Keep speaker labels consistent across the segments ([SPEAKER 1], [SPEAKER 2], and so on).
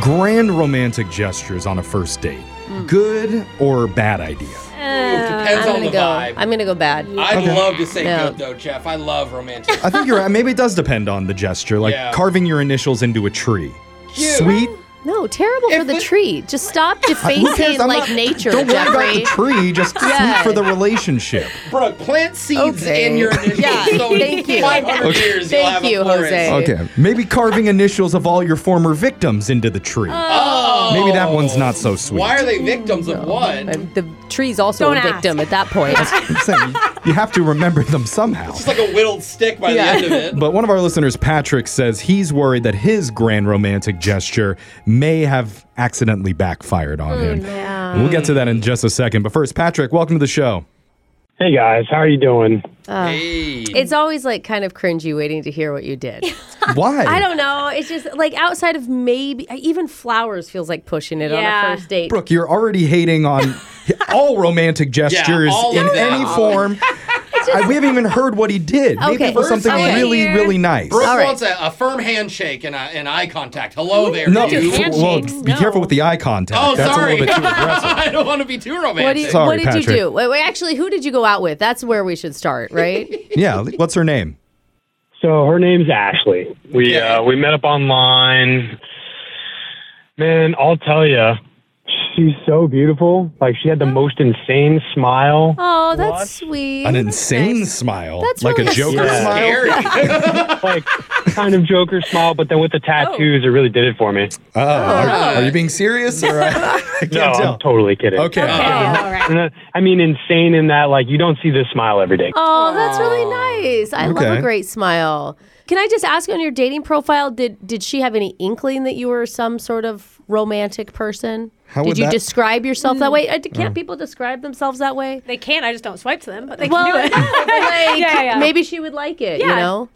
[SPEAKER 1] grand romantic gestures on a first date.
[SPEAKER 2] Mm.
[SPEAKER 1] Good or bad idea?
[SPEAKER 3] depends
[SPEAKER 2] I'm
[SPEAKER 3] on
[SPEAKER 2] gonna
[SPEAKER 3] the
[SPEAKER 2] go.
[SPEAKER 3] vibe.
[SPEAKER 2] I'm gonna go bad.
[SPEAKER 3] I'd
[SPEAKER 1] Okay.
[SPEAKER 3] love to say
[SPEAKER 2] No.
[SPEAKER 3] good though, Jeff. I love romantic.
[SPEAKER 1] I think you're right. I mean, Maybe it does depend on the gesture, like
[SPEAKER 3] Yeah.
[SPEAKER 1] carving your initials into a tree.
[SPEAKER 3] Cute.
[SPEAKER 1] Sweet.
[SPEAKER 2] No, terrible for
[SPEAKER 3] If
[SPEAKER 2] the
[SPEAKER 3] it-
[SPEAKER 2] tree. Just stop
[SPEAKER 1] Who cares?
[SPEAKER 2] defacing
[SPEAKER 1] I'm
[SPEAKER 2] like
[SPEAKER 1] not-
[SPEAKER 2] nature,
[SPEAKER 1] Don't worry about the
[SPEAKER 2] Jeffrey.
[SPEAKER 1] tree. Just sweet
[SPEAKER 2] Yeah.
[SPEAKER 1] for the relationship.
[SPEAKER 3] Bro, plant seeds
[SPEAKER 2] Okay.
[SPEAKER 3] in your initials.
[SPEAKER 2] Yeah,
[SPEAKER 3] so in
[SPEAKER 2] thank you.
[SPEAKER 3] 500 years, you'll
[SPEAKER 2] Thank
[SPEAKER 3] have a
[SPEAKER 2] you,
[SPEAKER 3] florist.
[SPEAKER 2] Jose.
[SPEAKER 1] Okay. Maybe carving initials of all your former victims into the tree.
[SPEAKER 3] Oh.
[SPEAKER 1] Maybe that one's not so sweet.
[SPEAKER 3] Why are they victims of what?
[SPEAKER 2] And the tree's also
[SPEAKER 4] Don't
[SPEAKER 2] a victim at that point.
[SPEAKER 1] I'm saying you have to remember them somehow.
[SPEAKER 3] It's like a whittled stick by
[SPEAKER 2] Yeah.
[SPEAKER 3] the end of it.
[SPEAKER 1] But one of our listeners, Patrick, says he's worried that his grand romantic gesture may have accidentally backfired on
[SPEAKER 2] Mm,
[SPEAKER 1] him. We'll get to that in just a second. But first, Patrick, welcome to the show.
[SPEAKER 5] Hey guys, how are you doing?
[SPEAKER 3] Hey.
[SPEAKER 2] it's always like kind of cringy waiting to hear what you did.
[SPEAKER 1] Why?
[SPEAKER 2] I don't know. It's just like outside of maybe even flowers feels like pushing it on
[SPEAKER 4] Yeah.
[SPEAKER 2] a first date.
[SPEAKER 1] Brooke, you're already hating on all romantic gestures
[SPEAKER 3] all
[SPEAKER 1] in
[SPEAKER 3] of them.
[SPEAKER 1] any form. I- we haven't even heard what he did. Maybe
[SPEAKER 2] Okay.
[SPEAKER 1] it was something
[SPEAKER 2] Okay.
[SPEAKER 1] really,
[SPEAKER 4] Here.
[SPEAKER 1] really nice.
[SPEAKER 3] Brooke
[SPEAKER 2] All right.
[SPEAKER 3] wants a, a firm handshake and, a, and eye contact. Hello there,
[SPEAKER 1] No,
[SPEAKER 3] you.
[SPEAKER 4] Just hand-
[SPEAKER 1] well,
[SPEAKER 4] handshakes,
[SPEAKER 1] be
[SPEAKER 4] no.
[SPEAKER 1] careful with the eye contact.
[SPEAKER 3] Oh,
[SPEAKER 1] That's
[SPEAKER 3] sorry.
[SPEAKER 1] a little bit too aggressive.
[SPEAKER 3] I don't want to be too romantic.
[SPEAKER 2] What, do you,
[SPEAKER 1] Sorry,
[SPEAKER 2] what did you
[SPEAKER 1] Patrick.
[SPEAKER 2] do? Wait, wait, actually, who did you go out with? That's where we should start, right?
[SPEAKER 1] Yeah, what's her name?
[SPEAKER 5] So her name's Ashley. We
[SPEAKER 3] Okay.
[SPEAKER 5] uh, we met up online. Man, I'll tell you, she's so beautiful. Like she had the most insane smile.
[SPEAKER 2] oh, that's sweet.
[SPEAKER 1] An insane smile.
[SPEAKER 2] That's
[SPEAKER 1] like a
[SPEAKER 2] really
[SPEAKER 1] Joker
[SPEAKER 5] sweet.
[SPEAKER 1] smile.
[SPEAKER 3] Scary.
[SPEAKER 5] Like kind of Joker smile, but then with the tattoos, it really did it for me.
[SPEAKER 1] Oh, are, are you being serious? Or I, I can't
[SPEAKER 5] No,
[SPEAKER 1] tell.
[SPEAKER 5] Oh, I'm totally kidding.
[SPEAKER 1] Okay.
[SPEAKER 4] all right.
[SPEAKER 5] And, uh, I mean, insane in that like you don't see this smile every day.
[SPEAKER 2] Oh, that's really nice. I love
[SPEAKER 1] Okay.
[SPEAKER 2] a great smile. Can I just ask on your dating profile, did did she have any inkling that you were some sort of romantic person?
[SPEAKER 1] How
[SPEAKER 2] did
[SPEAKER 1] would
[SPEAKER 2] you
[SPEAKER 1] that-
[SPEAKER 2] describe yourself that way? Uh, Can't people describe themselves that way?
[SPEAKER 4] They can. I just don't swipe to them, but they
[SPEAKER 2] Well,
[SPEAKER 4] can do it.
[SPEAKER 2] like,
[SPEAKER 4] Yeah, yeah.
[SPEAKER 2] maybe she would like it, you
[SPEAKER 4] Yeah.
[SPEAKER 2] know?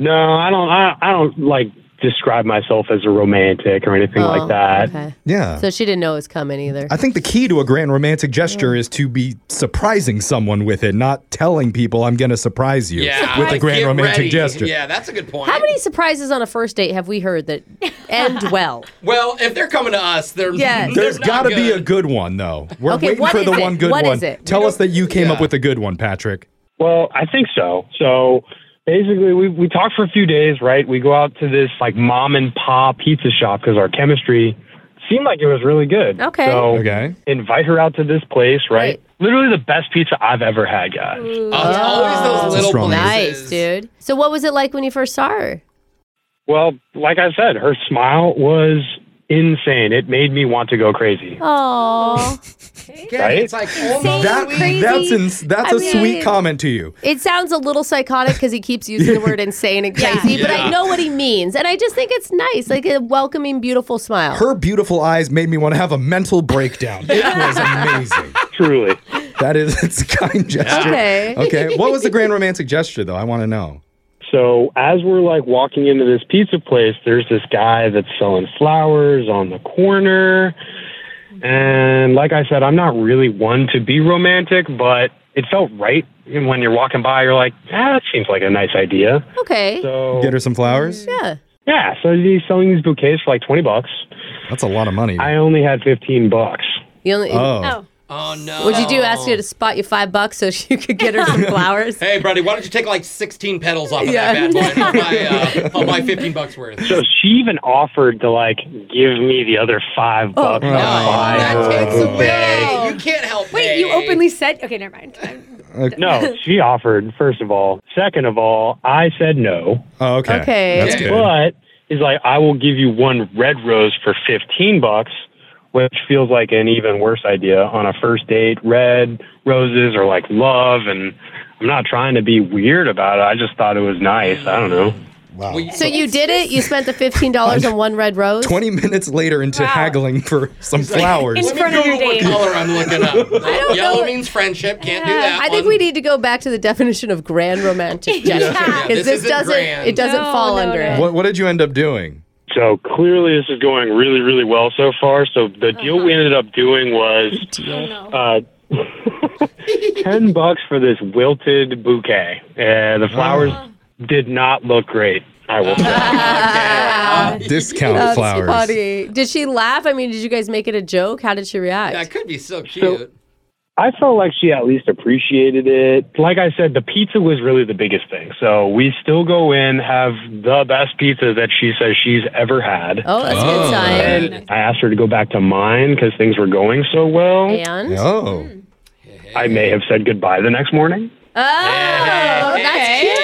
[SPEAKER 5] No, I don't. I, I don't like describe myself as a romantic or anything
[SPEAKER 2] Oh,
[SPEAKER 5] like that.
[SPEAKER 2] Okay.
[SPEAKER 1] Yeah.
[SPEAKER 2] So she didn't know it was coming either.
[SPEAKER 1] I think the key to a grand romantic gesture is to be surprising someone with it, not telling people I'm going to surprise you
[SPEAKER 3] yeah.
[SPEAKER 1] with a grand
[SPEAKER 3] Get
[SPEAKER 1] romantic
[SPEAKER 3] ready.
[SPEAKER 1] gesture.
[SPEAKER 3] Yeah, that's a good point.
[SPEAKER 2] How many surprises on a first date have we heard that end well?
[SPEAKER 3] Well, if they're coming to us, they're
[SPEAKER 2] Yes.
[SPEAKER 3] they're
[SPEAKER 1] There's
[SPEAKER 3] not
[SPEAKER 1] got to be a
[SPEAKER 3] good.
[SPEAKER 1] good one, though. We're
[SPEAKER 2] Okay,
[SPEAKER 1] waiting
[SPEAKER 2] what
[SPEAKER 1] for
[SPEAKER 2] is
[SPEAKER 1] the
[SPEAKER 2] it?
[SPEAKER 1] one good
[SPEAKER 2] What
[SPEAKER 1] one.
[SPEAKER 2] is it?
[SPEAKER 1] Tell us that you came up
[SPEAKER 3] Yeah.
[SPEAKER 1] with a good one, Patrick.
[SPEAKER 5] Well, I think so. So basically, we, we talked for a few days, right? We go out to this like mom and pop pizza shop because our chemistry seemed like it was really good.
[SPEAKER 2] Okay.
[SPEAKER 5] So
[SPEAKER 1] Okay.
[SPEAKER 5] invite her out to this place, right?
[SPEAKER 2] Right.
[SPEAKER 5] Literally the best pizza I've ever had, guys.
[SPEAKER 3] Oh, it's always those
[SPEAKER 1] That's
[SPEAKER 3] little
[SPEAKER 1] strong.
[SPEAKER 2] Nice, dude. So what was it like when you first saw her?
[SPEAKER 5] Well, like I said, her smile was insane. It made me want to go crazy.
[SPEAKER 2] Oh.
[SPEAKER 3] Yeah,
[SPEAKER 5] Right?
[SPEAKER 3] It's like almost
[SPEAKER 1] That,
[SPEAKER 3] sweet.
[SPEAKER 1] that's ins- that's
[SPEAKER 2] I
[SPEAKER 1] a sweet
[SPEAKER 2] mean-
[SPEAKER 1] comment to you.
[SPEAKER 2] It sounds a little psychotic because he keeps using the word insane and crazy, but
[SPEAKER 3] Yeah.
[SPEAKER 2] I know what he means. And I just think it's nice, like a welcoming, beautiful smile.
[SPEAKER 1] Her beautiful eyes made me want to have a mental breakdown. It was amazing.
[SPEAKER 5] Truly.
[SPEAKER 1] That is its a kind gesture.
[SPEAKER 2] Okay.
[SPEAKER 1] Okay. What was the grand romantic gesture, though? I want to know.
[SPEAKER 5] So as we're like walking into this pizza place, there's this guy that's selling flowers on the corner. And like I said, I'm not really one to be romantic, but it felt right. And when you're walking by, you're like, ah, that seems like a nice idea.
[SPEAKER 2] Okay.
[SPEAKER 5] So
[SPEAKER 1] Get her some flowers.
[SPEAKER 2] yeah.
[SPEAKER 5] yeah, so he's selling these bouquets for like 20 bucks.
[SPEAKER 1] That's a lot of money.
[SPEAKER 5] I only had 15 bucks.
[SPEAKER 2] You only,
[SPEAKER 1] oh.
[SPEAKER 4] Oh.
[SPEAKER 3] Oh no.
[SPEAKER 2] What'd you do? Ask her to spot you five bucks so she could get her some flowers?
[SPEAKER 3] Hey, buddy, why don't you take like 16 pedals off of
[SPEAKER 2] Yeah.
[SPEAKER 3] that bad boy? I'll buy, uh, I'll buy 15 bucks worth.
[SPEAKER 5] So she even offered to like give me the other five bucks. to
[SPEAKER 3] No,
[SPEAKER 5] buy
[SPEAKER 3] that
[SPEAKER 5] her a
[SPEAKER 3] takes
[SPEAKER 5] bouquet.
[SPEAKER 3] away. You can't help.
[SPEAKER 4] Wait, you
[SPEAKER 3] me.
[SPEAKER 4] openly said. Okay, never mind. I'm-
[SPEAKER 5] No, she offered, first of all. Second of all, I said no.
[SPEAKER 1] Oh, okay.
[SPEAKER 2] Okay.
[SPEAKER 1] That's
[SPEAKER 3] Okay.
[SPEAKER 1] good.
[SPEAKER 5] But he's like, I will give you one red rose for 15 bucks, which feels like an even worse idea on a first date. Red roses are like love, and I'm not trying to be weird about it. I just thought it was nice. I don't know.
[SPEAKER 1] wow.
[SPEAKER 3] We-
[SPEAKER 2] So you did it? You spent the $15 on one red rose?
[SPEAKER 1] 20 minutes later into
[SPEAKER 4] Wow.
[SPEAKER 1] haggling for some flowers.
[SPEAKER 4] In
[SPEAKER 3] Let me
[SPEAKER 4] front of your
[SPEAKER 3] Google what
[SPEAKER 4] date.
[SPEAKER 3] color I'm looking up. Yellow
[SPEAKER 2] know.
[SPEAKER 3] means friendship. Can't do
[SPEAKER 4] Yeah.
[SPEAKER 3] that.
[SPEAKER 2] I think
[SPEAKER 3] one.
[SPEAKER 2] we need to go back to the definition of grand romantic gesture
[SPEAKER 3] Yeah, this
[SPEAKER 2] because this
[SPEAKER 3] isn't
[SPEAKER 2] doesn't
[SPEAKER 3] grand.
[SPEAKER 2] it doesn't
[SPEAKER 4] No,
[SPEAKER 2] fall
[SPEAKER 4] no,
[SPEAKER 2] under
[SPEAKER 4] no.
[SPEAKER 2] it.
[SPEAKER 1] what, what did you end up doing?
[SPEAKER 5] So clearly, this is going really, really well so far. So the deal we ended up doing was
[SPEAKER 4] oh, no.
[SPEAKER 5] uh, 10 bucks for this wilted bouquet. Uh, the flowers did not look great. I will. say.
[SPEAKER 1] Discount
[SPEAKER 2] That's
[SPEAKER 1] flowers.
[SPEAKER 2] funny. Did she laugh? I mean, did you guys make it a joke? How did she react?
[SPEAKER 3] Oh, That could be so cute.
[SPEAKER 5] I felt like she at least appreciated it. Like I said, the pizza was really the biggest thing. So we still go in, have the best pizza that she says she's ever had.
[SPEAKER 2] oh, that's a
[SPEAKER 1] Oh.
[SPEAKER 2] good sign.
[SPEAKER 5] And I asked her to go back to mine because things were going so well.
[SPEAKER 2] And
[SPEAKER 1] Oh.
[SPEAKER 5] I may have said goodbye the next morning.
[SPEAKER 2] oh, that's
[SPEAKER 3] Hey,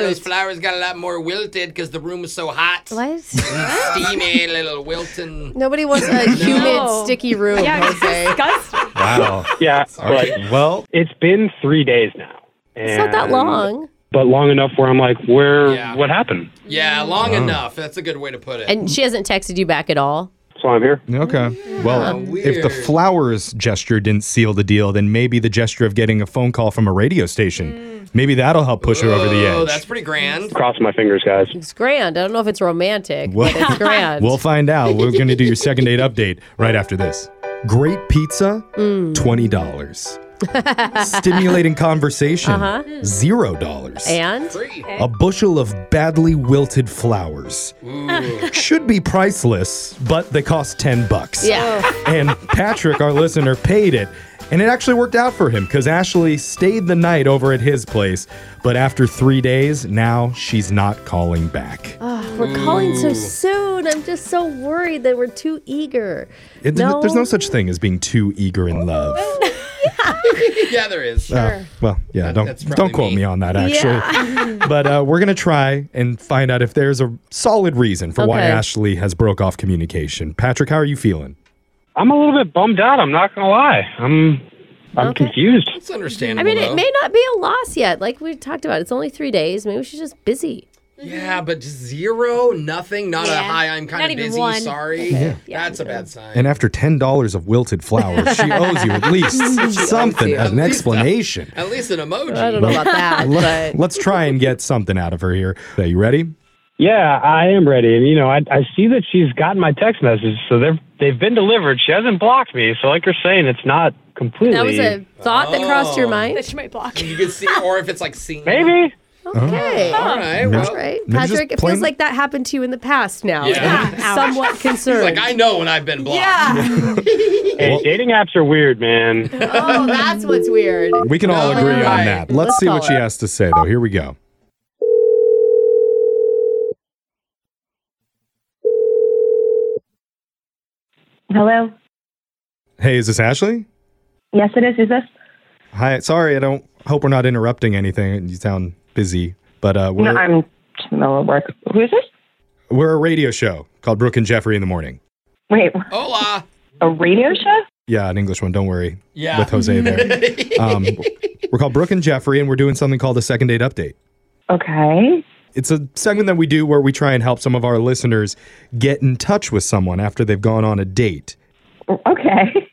[SPEAKER 3] those
[SPEAKER 2] cute.
[SPEAKER 3] flowers got a lot more wilted because the room was so hot.
[SPEAKER 2] Why is-
[SPEAKER 3] Steamy little wilting.
[SPEAKER 2] Nobody wants a humid,
[SPEAKER 4] No.
[SPEAKER 2] sticky room.
[SPEAKER 4] Yeah, it's
[SPEAKER 2] Jose.
[SPEAKER 4] disgusting.
[SPEAKER 1] Wow.
[SPEAKER 5] Yeah, but
[SPEAKER 1] Okay, Well,
[SPEAKER 5] it's been three days now.
[SPEAKER 2] It's not that
[SPEAKER 5] And-
[SPEAKER 2] long.
[SPEAKER 5] But long enough where I'm like, where,
[SPEAKER 3] Yeah.
[SPEAKER 5] what happened?
[SPEAKER 2] Mm.
[SPEAKER 3] Yeah, long enough. That's a good way to put it.
[SPEAKER 2] And she hasn't texted you back at all.
[SPEAKER 5] So I'm here.
[SPEAKER 1] okay. Well, if the
[SPEAKER 3] Weird.
[SPEAKER 1] flowers gesture didn't seal the deal, then maybe the gesture of getting a phone call from a radio station, maybe that'll help push her over the
[SPEAKER 3] Oh,
[SPEAKER 1] edge.
[SPEAKER 3] that's pretty grand.
[SPEAKER 5] Crossing my fingers, guys.
[SPEAKER 2] It's grand. I don't know if it's romantic,
[SPEAKER 1] Well-
[SPEAKER 2] but it's grand.
[SPEAKER 1] We'll find out. We're going to do your second date update right after this. Great pizza, $20. Stimulating conversation, $0.
[SPEAKER 2] and
[SPEAKER 3] Free.
[SPEAKER 1] a bushel of badly wilted flowers. Should be priceless, but they cost 10 bucks.
[SPEAKER 2] yeah,
[SPEAKER 1] And Patrick, our listener, paid it. And it actually worked out for him because Ashley stayed the night over at his place. But after three days, now she's not calling back.
[SPEAKER 2] we're calling so soon. I'm just so worried that we're too eager.
[SPEAKER 1] It- There's no such thing as being too eager in love.
[SPEAKER 3] Yeah, there is.
[SPEAKER 1] Uh, well, yeah,
[SPEAKER 3] that's
[SPEAKER 1] don't
[SPEAKER 3] probably
[SPEAKER 1] don't quote me.
[SPEAKER 3] me.
[SPEAKER 1] on that actually. but uh, we're gonna try and find out if there's a solid reason for why
[SPEAKER 2] Okay.
[SPEAKER 1] Ashley has broke off communication. Patrick, how are you feeling?
[SPEAKER 5] I'm a little bit bummed out. I'm not going to lie. I'm, I'm confused.
[SPEAKER 3] It's understandable.
[SPEAKER 2] I mean,
[SPEAKER 3] though.
[SPEAKER 2] it may not be a loss yet. Like we talked about, it's only three days. Maybe she's just busy.
[SPEAKER 3] Yeah, but just zero, nothing, not a
[SPEAKER 4] Yeah.
[SPEAKER 3] hi, I'm kind
[SPEAKER 4] Not
[SPEAKER 3] of
[SPEAKER 4] even
[SPEAKER 3] busy,
[SPEAKER 4] one.
[SPEAKER 3] sorry.
[SPEAKER 4] Yeah.
[SPEAKER 3] That's a bad sign.
[SPEAKER 1] And after ten dollars of wilted flowers, she owes you at least something,
[SPEAKER 2] you.
[SPEAKER 1] an explanation.
[SPEAKER 3] At least an emoji.
[SPEAKER 2] I don't know about that, but
[SPEAKER 1] Let's try and get something out of her here. Are you ready?
[SPEAKER 5] Yeah, I am ready. And, you know, I, I see that she's gotten my text message. So they're, they've been delivered. She hasn't blocked me. So, like you're saying, it's not completely.
[SPEAKER 2] that was a thought that crossed your
[SPEAKER 3] Oh.
[SPEAKER 4] That
[SPEAKER 2] mind.
[SPEAKER 4] she might block.
[SPEAKER 3] You can see, or if it's like seen.
[SPEAKER 5] Maybe.
[SPEAKER 2] Okay.
[SPEAKER 3] All right. Well,
[SPEAKER 2] All right,
[SPEAKER 1] Maybe just
[SPEAKER 2] Patrick. It
[SPEAKER 1] plain-
[SPEAKER 2] feels like that happened to you in the past now.
[SPEAKER 3] Yeah.
[SPEAKER 2] and I'm somewhat concerned.
[SPEAKER 3] Like, I know when I've been blocked.
[SPEAKER 5] Hey, dating apps are weird, man.
[SPEAKER 2] oh, that's what's weird.
[SPEAKER 1] We can all
[SPEAKER 3] No.
[SPEAKER 1] agree on
[SPEAKER 3] Right.
[SPEAKER 1] that. Let's,
[SPEAKER 2] Let's
[SPEAKER 1] see what
[SPEAKER 2] call
[SPEAKER 1] she
[SPEAKER 2] her.
[SPEAKER 1] has to say though. Here we go.
[SPEAKER 6] Hello.
[SPEAKER 1] Hey, is this Ashley?
[SPEAKER 6] Yes, it is. Is this?
[SPEAKER 1] Hi. Sorry, I don't hope we're not interrupting anything. You sound busy, but uh, we're
[SPEAKER 6] No, I'm in the middle of work. Who is this?
[SPEAKER 1] We're a radio show called Brooke and Jeffrey in the Morning.
[SPEAKER 6] Wait,
[SPEAKER 3] Hola.
[SPEAKER 6] a radio show?
[SPEAKER 1] Yeah, an English one. Don't worry.
[SPEAKER 3] Yeah.
[SPEAKER 1] With Jose there. um, we're called Brooke and Jeffrey, and we're doing something called a second date update.
[SPEAKER 6] Okay.
[SPEAKER 1] It's a segment that we do where we try and help some of our listeners get in touch with someone after they've gone on a date.
[SPEAKER 6] Okay.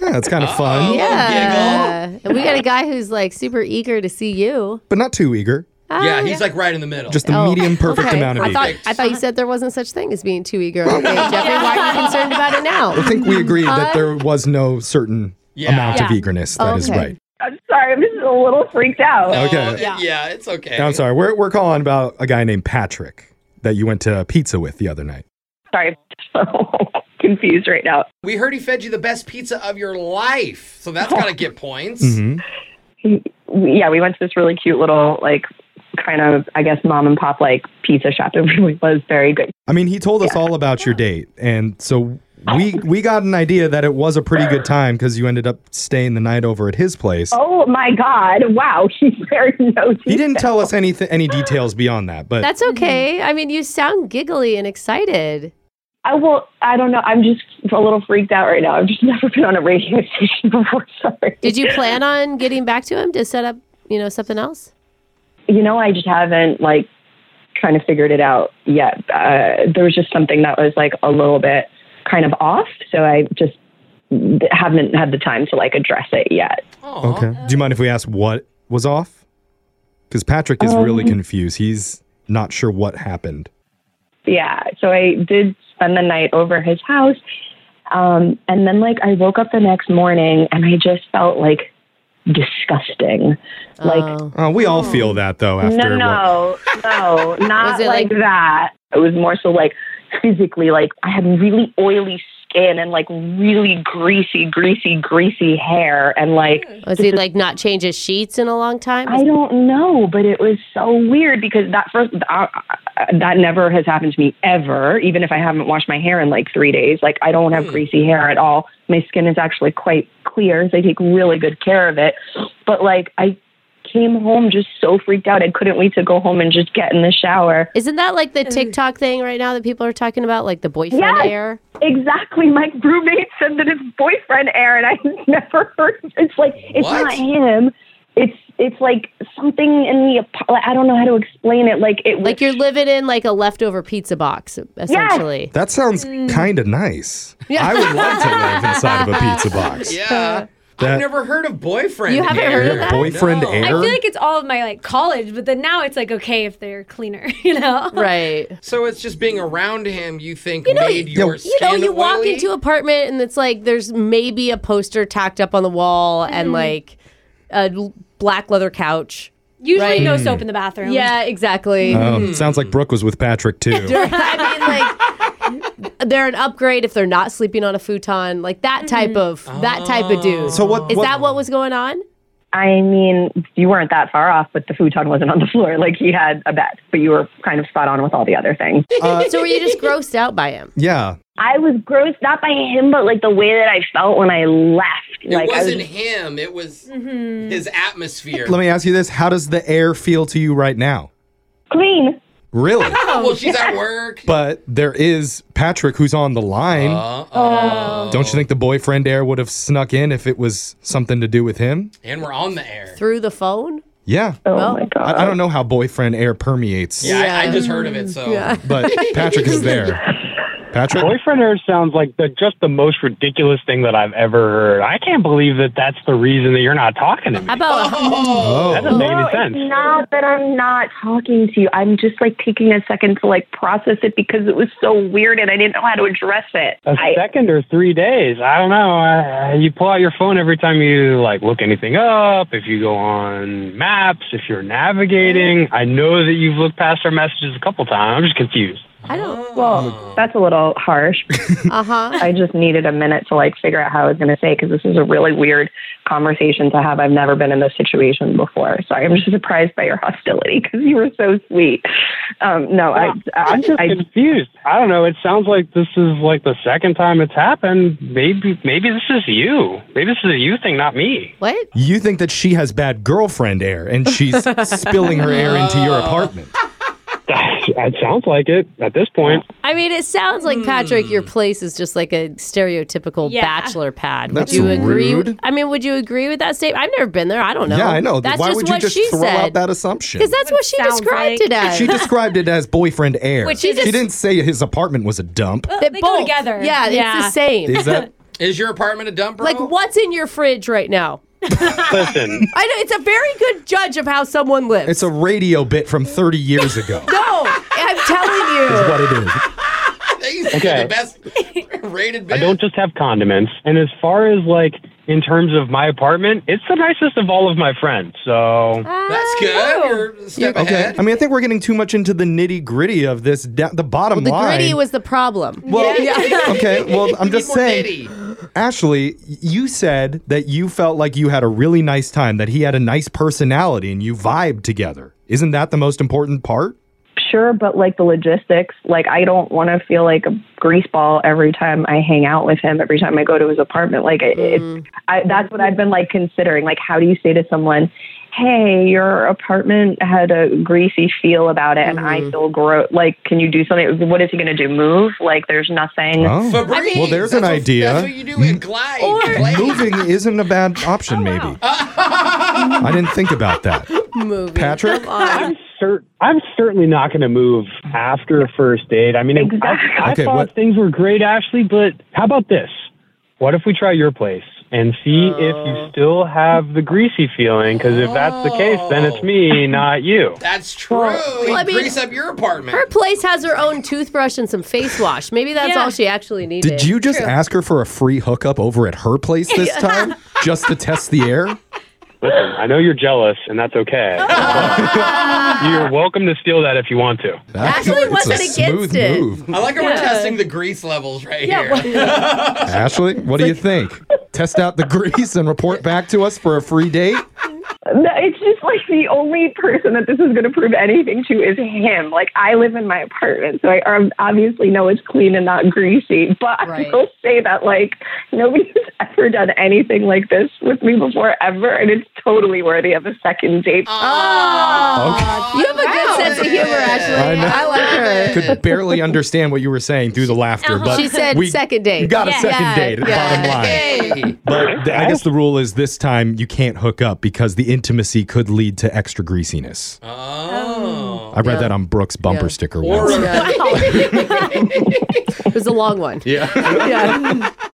[SPEAKER 1] Yeah, it's kind of fun,
[SPEAKER 2] Oh. Yeah. And we got a guy who's like super eager to see you.
[SPEAKER 1] but not too eager.
[SPEAKER 2] Uh,
[SPEAKER 3] yeah, he's like right in the middle.
[SPEAKER 1] Just the
[SPEAKER 2] Oh,
[SPEAKER 1] medium perfect
[SPEAKER 2] okay.
[SPEAKER 1] amount of
[SPEAKER 2] I
[SPEAKER 1] eager.
[SPEAKER 2] thought, I thought you said there wasn't such thing as being too eager. Okay, Jeffrey, why are you concerned about
[SPEAKER 1] I
[SPEAKER 2] it now?
[SPEAKER 1] think we agreed
[SPEAKER 2] Uh,
[SPEAKER 1] that there was no certain
[SPEAKER 3] Yeah.
[SPEAKER 1] amount of
[SPEAKER 4] Yeah.
[SPEAKER 1] eagerness. That is
[SPEAKER 2] Okay.
[SPEAKER 1] right.
[SPEAKER 6] I'm sorry. I'm just a little freaked out.
[SPEAKER 3] Oh,
[SPEAKER 1] okay.
[SPEAKER 3] Yeah. it's okay.
[SPEAKER 1] I'm sorry. We're, we're calling about a guy named Patrick that you went to pizza with the other night.
[SPEAKER 6] Sorry. I'm so confused right now.
[SPEAKER 3] We heard he fed you the best pizza of your life. So that's got to get points.
[SPEAKER 1] Mm-hmm.
[SPEAKER 6] Yeah, we went to this really cute little, like, kind of, I guess, mom and pop, like, pizza shop. It really was very good.
[SPEAKER 1] I mean, he told us all about your date, and so we we got an idea that it was a pretty good time because you ended up staying the night over at his place.
[SPEAKER 6] Oh, my God. Wow. She's very nosy.
[SPEAKER 1] He didn't tell us anything, any details beyond that, but
[SPEAKER 2] That's okay. I mean, you sound giggly and excited.
[SPEAKER 6] I will, I don't know. I'm just a little freaked out right now. I've just never been on a radio station before. Sorry.
[SPEAKER 2] Did you plan on getting back to him to set up, you know, something else?
[SPEAKER 6] you know, I just haven't like kind of figured it out yet. Uh, there was just something that was like a little bit kind of off, so I just haven't had the time to like address it yet.
[SPEAKER 3] Aw.
[SPEAKER 1] okay. Do you mind if we ask what was off? Because Patrick is really confused. He's not sure what happened.
[SPEAKER 6] Yeah, so I did spend the night over his house, um, and then like I woke up the next morning and I just felt like disgusting. Like
[SPEAKER 2] Oh.
[SPEAKER 1] Oh, we all feel that though after
[SPEAKER 6] no, no, no, not
[SPEAKER 2] Was it
[SPEAKER 6] like,
[SPEAKER 2] like-
[SPEAKER 6] that. It was more so like physically, like I had really oily skin and like really greasy, greasy, greasy hair, and like
[SPEAKER 2] Was he like not change his sheets in a long time?
[SPEAKER 6] I don't know, but it was so weird because that first I, I, that never has happened to me ever. Even if I haven't washed my hair in like three days, like I don't
[SPEAKER 2] Hmm.
[SPEAKER 6] have greasy hair at all. My skin is actually quite clear. So I take really good care of it, but like I came home just so freaked out. I couldn't wait to go home and just get in the shower.
[SPEAKER 2] Isn't that like the TikTok thing right now that people are talking about, like the boyfriend
[SPEAKER 6] Yes.
[SPEAKER 2] air?
[SPEAKER 6] Exactly, my roommate said that his boyfriend Aaron. I never heard. It's like it's
[SPEAKER 3] What?
[SPEAKER 6] not him. It's it's like something in the ap- I don't know how to explain it. Like it was
[SPEAKER 2] Like you're living in like a leftover pizza box, essentially.
[SPEAKER 1] That sounds kind of nice. I would love to live inside of a pizza box.
[SPEAKER 3] Yeah.
[SPEAKER 1] That-
[SPEAKER 3] I've never heard of boyfriend.
[SPEAKER 2] Uh, You haven't
[SPEAKER 3] air.
[SPEAKER 2] heard of that?
[SPEAKER 1] Boyfriend
[SPEAKER 3] No.
[SPEAKER 1] air?
[SPEAKER 4] I feel like it's all of my like college, but then now it's like okay if they're cleaner, you know?
[SPEAKER 2] Right.
[SPEAKER 3] So it's just being around him. You think made
[SPEAKER 2] You
[SPEAKER 3] your
[SPEAKER 2] know,
[SPEAKER 3] skin
[SPEAKER 2] you walk
[SPEAKER 3] oily?
[SPEAKER 2] into an apartment and it's like there's maybe a poster tacked up on the wall and like a l- black leather couch.
[SPEAKER 4] Usually
[SPEAKER 2] Right.
[SPEAKER 4] no soap in the bathroom.
[SPEAKER 2] Yeah, exactly.
[SPEAKER 1] Oh, sounds like Brooke was with Patrick too.
[SPEAKER 2] I mean, like they're an upgrade if they're not sleeping on a futon, like that type of that type of dude.
[SPEAKER 1] So what-
[SPEAKER 2] is
[SPEAKER 1] what-
[SPEAKER 2] that? What was going on?
[SPEAKER 6] I mean, you weren't that far off, but the futon wasn't on the floor. Like he had a bed, but you were kind of spot on with all the other things.
[SPEAKER 1] Uh,
[SPEAKER 2] so were you just grossed out by him?
[SPEAKER 1] yeah.
[SPEAKER 6] I was grossed not by him, but like the way that I felt when I left.
[SPEAKER 3] It
[SPEAKER 6] like
[SPEAKER 3] wasn't
[SPEAKER 6] I was,
[SPEAKER 3] him. It was
[SPEAKER 2] Mm-hmm.
[SPEAKER 3] his atmosphere.
[SPEAKER 1] Let me ask you this: How does the air feel to you right now?
[SPEAKER 6] clean.
[SPEAKER 1] Really?
[SPEAKER 3] Oh, well, she's at work.
[SPEAKER 1] but there is Patrick who's on the line.
[SPEAKER 3] Uh-oh.
[SPEAKER 2] Oh.
[SPEAKER 1] Don't you think the boyfriend air would have snuck in if it was something to do with him?
[SPEAKER 3] And we're on the air.
[SPEAKER 2] Through the phone?
[SPEAKER 1] Yeah.
[SPEAKER 6] Oh
[SPEAKER 2] Well,
[SPEAKER 6] my god.
[SPEAKER 1] I, I don't know how boyfriend air permeates,
[SPEAKER 3] Yeah, I, I
[SPEAKER 2] Yeah.
[SPEAKER 3] just heard of it. So
[SPEAKER 1] but Patrick is there. Patrick?
[SPEAKER 5] Boyfriend air sounds like the just the most ridiculous thing that I've ever heard. I can't believe that that's the reason that you're not talking to me.
[SPEAKER 2] How about
[SPEAKER 5] That
[SPEAKER 1] Oh.
[SPEAKER 5] doesn't make
[SPEAKER 6] No,
[SPEAKER 5] any sense.
[SPEAKER 6] it's not that I'm not talking to you. I'm just like taking a second to like process it because it was so weird and I didn't know how to address it.
[SPEAKER 5] A
[SPEAKER 6] I,
[SPEAKER 5] second or three days. I don't know. I, you pull out your phone every time you like look anything up. If you go on maps, if you're navigating, I know that you've looked past our messages a couple times. I'm just confused.
[SPEAKER 2] I don't?
[SPEAKER 6] well, that's a little harsh.
[SPEAKER 2] Uh huh.
[SPEAKER 6] I just needed a minute to like figure out how I was going to say because this is a really weird conversation to have. I've never been in this situation before, so I'm just surprised by your hostility because you were so sweet. Um, no, I, I,
[SPEAKER 5] I'm just
[SPEAKER 6] I,
[SPEAKER 5] confused. I don't know. It sounds like this is like the second time it's happened. Maybe maybe this is you. Maybe this is a you thing, not me.
[SPEAKER 2] What?
[SPEAKER 1] You think that she has bad girlfriend air and she's spilling her air into
[SPEAKER 2] Oh.
[SPEAKER 1] your apartment.
[SPEAKER 5] it sounds like it at this point.
[SPEAKER 2] I mean, it sounds like Patrick. Your place is just like a stereotypical
[SPEAKER 4] Hmm. Yeah.
[SPEAKER 2] bachelor pad.
[SPEAKER 1] That's
[SPEAKER 2] would you agree?
[SPEAKER 1] rude.
[SPEAKER 2] I mean, would you agree with that statement? I've never been there. I don't know.
[SPEAKER 1] Yeah, I know.
[SPEAKER 2] That's
[SPEAKER 1] Why
[SPEAKER 2] just
[SPEAKER 1] would you
[SPEAKER 2] what
[SPEAKER 1] just
[SPEAKER 2] she
[SPEAKER 1] throw out
[SPEAKER 2] said.
[SPEAKER 1] that assumption?
[SPEAKER 2] Because that's what she
[SPEAKER 4] Sounds
[SPEAKER 2] described
[SPEAKER 4] like-
[SPEAKER 2] it as.
[SPEAKER 1] She described it as boyfriend air.
[SPEAKER 4] Which
[SPEAKER 1] she
[SPEAKER 4] is-
[SPEAKER 1] didn't say his apartment was a dump.
[SPEAKER 2] That
[SPEAKER 4] They go together.
[SPEAKER 2] Yeah, it's
[SPEAKER 4] Yeah.
[SPEAKER 2] the same.
[SPEAKER 1] Is that
[SPEAKER 3] is your apartment a dump, bro?
[SPEAKER 2] like, what's in your fridge right now?
[SPEAKER 5] Listen,
[SPEAKER 2] I know it's a very good judge of how someone lives.
[SPEAKER 1] it's a radio bit from 30 years ago.
[SPEAKER 2] no, I'm telling you.
[SPEAKER 1] what it is.
[SPEAKER 5] Okay.
[SPEAKER 3] the best rated bit.
[SPEAKER 5] I don't just have condiments. And as far as like in terms of my apartment, it's the nicest of all of my friends. So
[SPEAKER 3] That's
[SPEAKER 2] Oh.
[SPEAKER 3] good. You're a step
[SPEAKER 1] Okay.
[SPEAKER 3] ahead.
[SPEAKER 1] I mean, I think we're getting too much into the nitty gritty of this. Da- the bottom
[SPEAKER 2] The
[SPEAKER 1] line.
[SPEAKER 2] gritty was the problem.
[SPEAKER 1] Well, okay. Well, I'm
[SPEAKER 3] You
[SPEAKER 1] just
[SPEAKER 3] need more
[SPEAKER 1] saying,
[SPEAKER 3] nitty.
[SPEAKER 1] Ashley, you said that you felt like you had a really nice time, that he had a nice personality, and you vibed together. Isn't that the most important part?
[SPEAKER 6] sure, but like the logistics, like I don't want to feel like a grease ball every time I hang out with him, every time I go to his apartment. Like it, it's, I, that's what I've been like considering. Like, how do you say to someone, "Hey, your apartment had a greasy feel about it, and I feel gross." Like, can you do something? What is he going to do? Move? Like, there's nothing.
[SPEAKER 1] Oh.
[SPEAKER 3] Febreze.
[SPEAKER 1] well, there's an
[SPEAKER 3] That's what-
[SPEAKER 1] idea. Hmm.
[SPEAKER 3] That's what you do in glide. Glide.
[SPEAKER 1] Moving isn't a bad option,
[SPEAKER 2] Oh,
[SPEAKER 1] maybe. I didn't think about that.
[SPEAKER 2] Movie.
[SPEAKER 1] Patrick?
[SPEAKER 5] I'm cer- I'm certainly not going to move after a first date. I mean, I-
[SPEAKER 6] Exactly.
[SPEAKER 5] I, I
[SPEAKER 1] Okay,
[SPEAKER 5] thought
[SPEAKER 1] what-
[SPEAKER 5] things were great, Ashley. But how about this? What if we try your place and see if you still have the greasy feeling? Because if that's the case, then it's me, not you.
[SPEAKER 3] That's true.
[SPEAKER 2] I mean-
[SPEAKER 3] Grease up your apartment.
[SPEAKER 2] Her place has her own toothbrush and some face wash. Maybe that's
[SPEAKER 4] Yeah.
[SPEAKER 2] all she actually needed.
[SPEAKER 1] Did you just ask her for a free hookup over at her place this time just to test the air?
[SPEAKER 5] Listen, I know you're jealous, and that's okay. But you're welcome to steal that if you want to.
[SPEAKER 2] Ashley wasn't
[SPEAKER 1] it's a
[SPEAKER 2] against
[SPEAKER 1] smooth
[SPEAKER 2] it.
[SPEAKER 1] move.
[SPEAKER 3] I like how we're
[SPEAKER 4] Yeah.
[SPEAKER 3] testing the grease levels right here.
[SPEAKER 1] Ashley, what do you think? Test out the grease and report back to us for a free date.
[SPEAKER 6] No, It's just like the only person that this is going to prove anything to is him. Like I live in my apartment, so I um, obviously know it's clean and not greasy. But
[SPEAKER 2] Right.
[SPEAKER 6] I will say that like nobody's ever done anything like this with me before ever, and it's totally worthy of a second date.
[SPEAKER 2] Oh, you have a good sense of humor, Ashley.
[SPEAKER 1] I know.
[SPEAKER 2] I, like her.
[SPEAKER 1] Could barely understand what you were saying through the laughter, but
[SPEAKER 2] Uh-huh. She said
[SPEAKER 1] we
[SPEAKER 2] second date.
[SPEAKER 1] you got a
[SPEAKER 2] Yeah.
[SPEAKER 1] second
[SPEAKER 2] Yeah,
[SPEAKER 1] date.
[SPEAKER 2] yeah.
[SPEAKER 1] Bottom line.
[SPEAKER 3] Hey.
[SPEAKER 1] But th- I guess the rule is this time you can't hook up because the intimacy could lead to extra greasiness.
[SPEAKER 3] Oh.
[SPEAKER 1] I read that on Brooks' bumper
[SPEAKER 2] Yeah.
[SPEAKER 1] sticker
[SPEAKER 3] Or
[SPEAKER 1] once.
[SPEAKER 3] a
[SPEAKER 2] It was a long one.
[SPEAKER 3] Yeah.
[SPEAKER 2] yeah.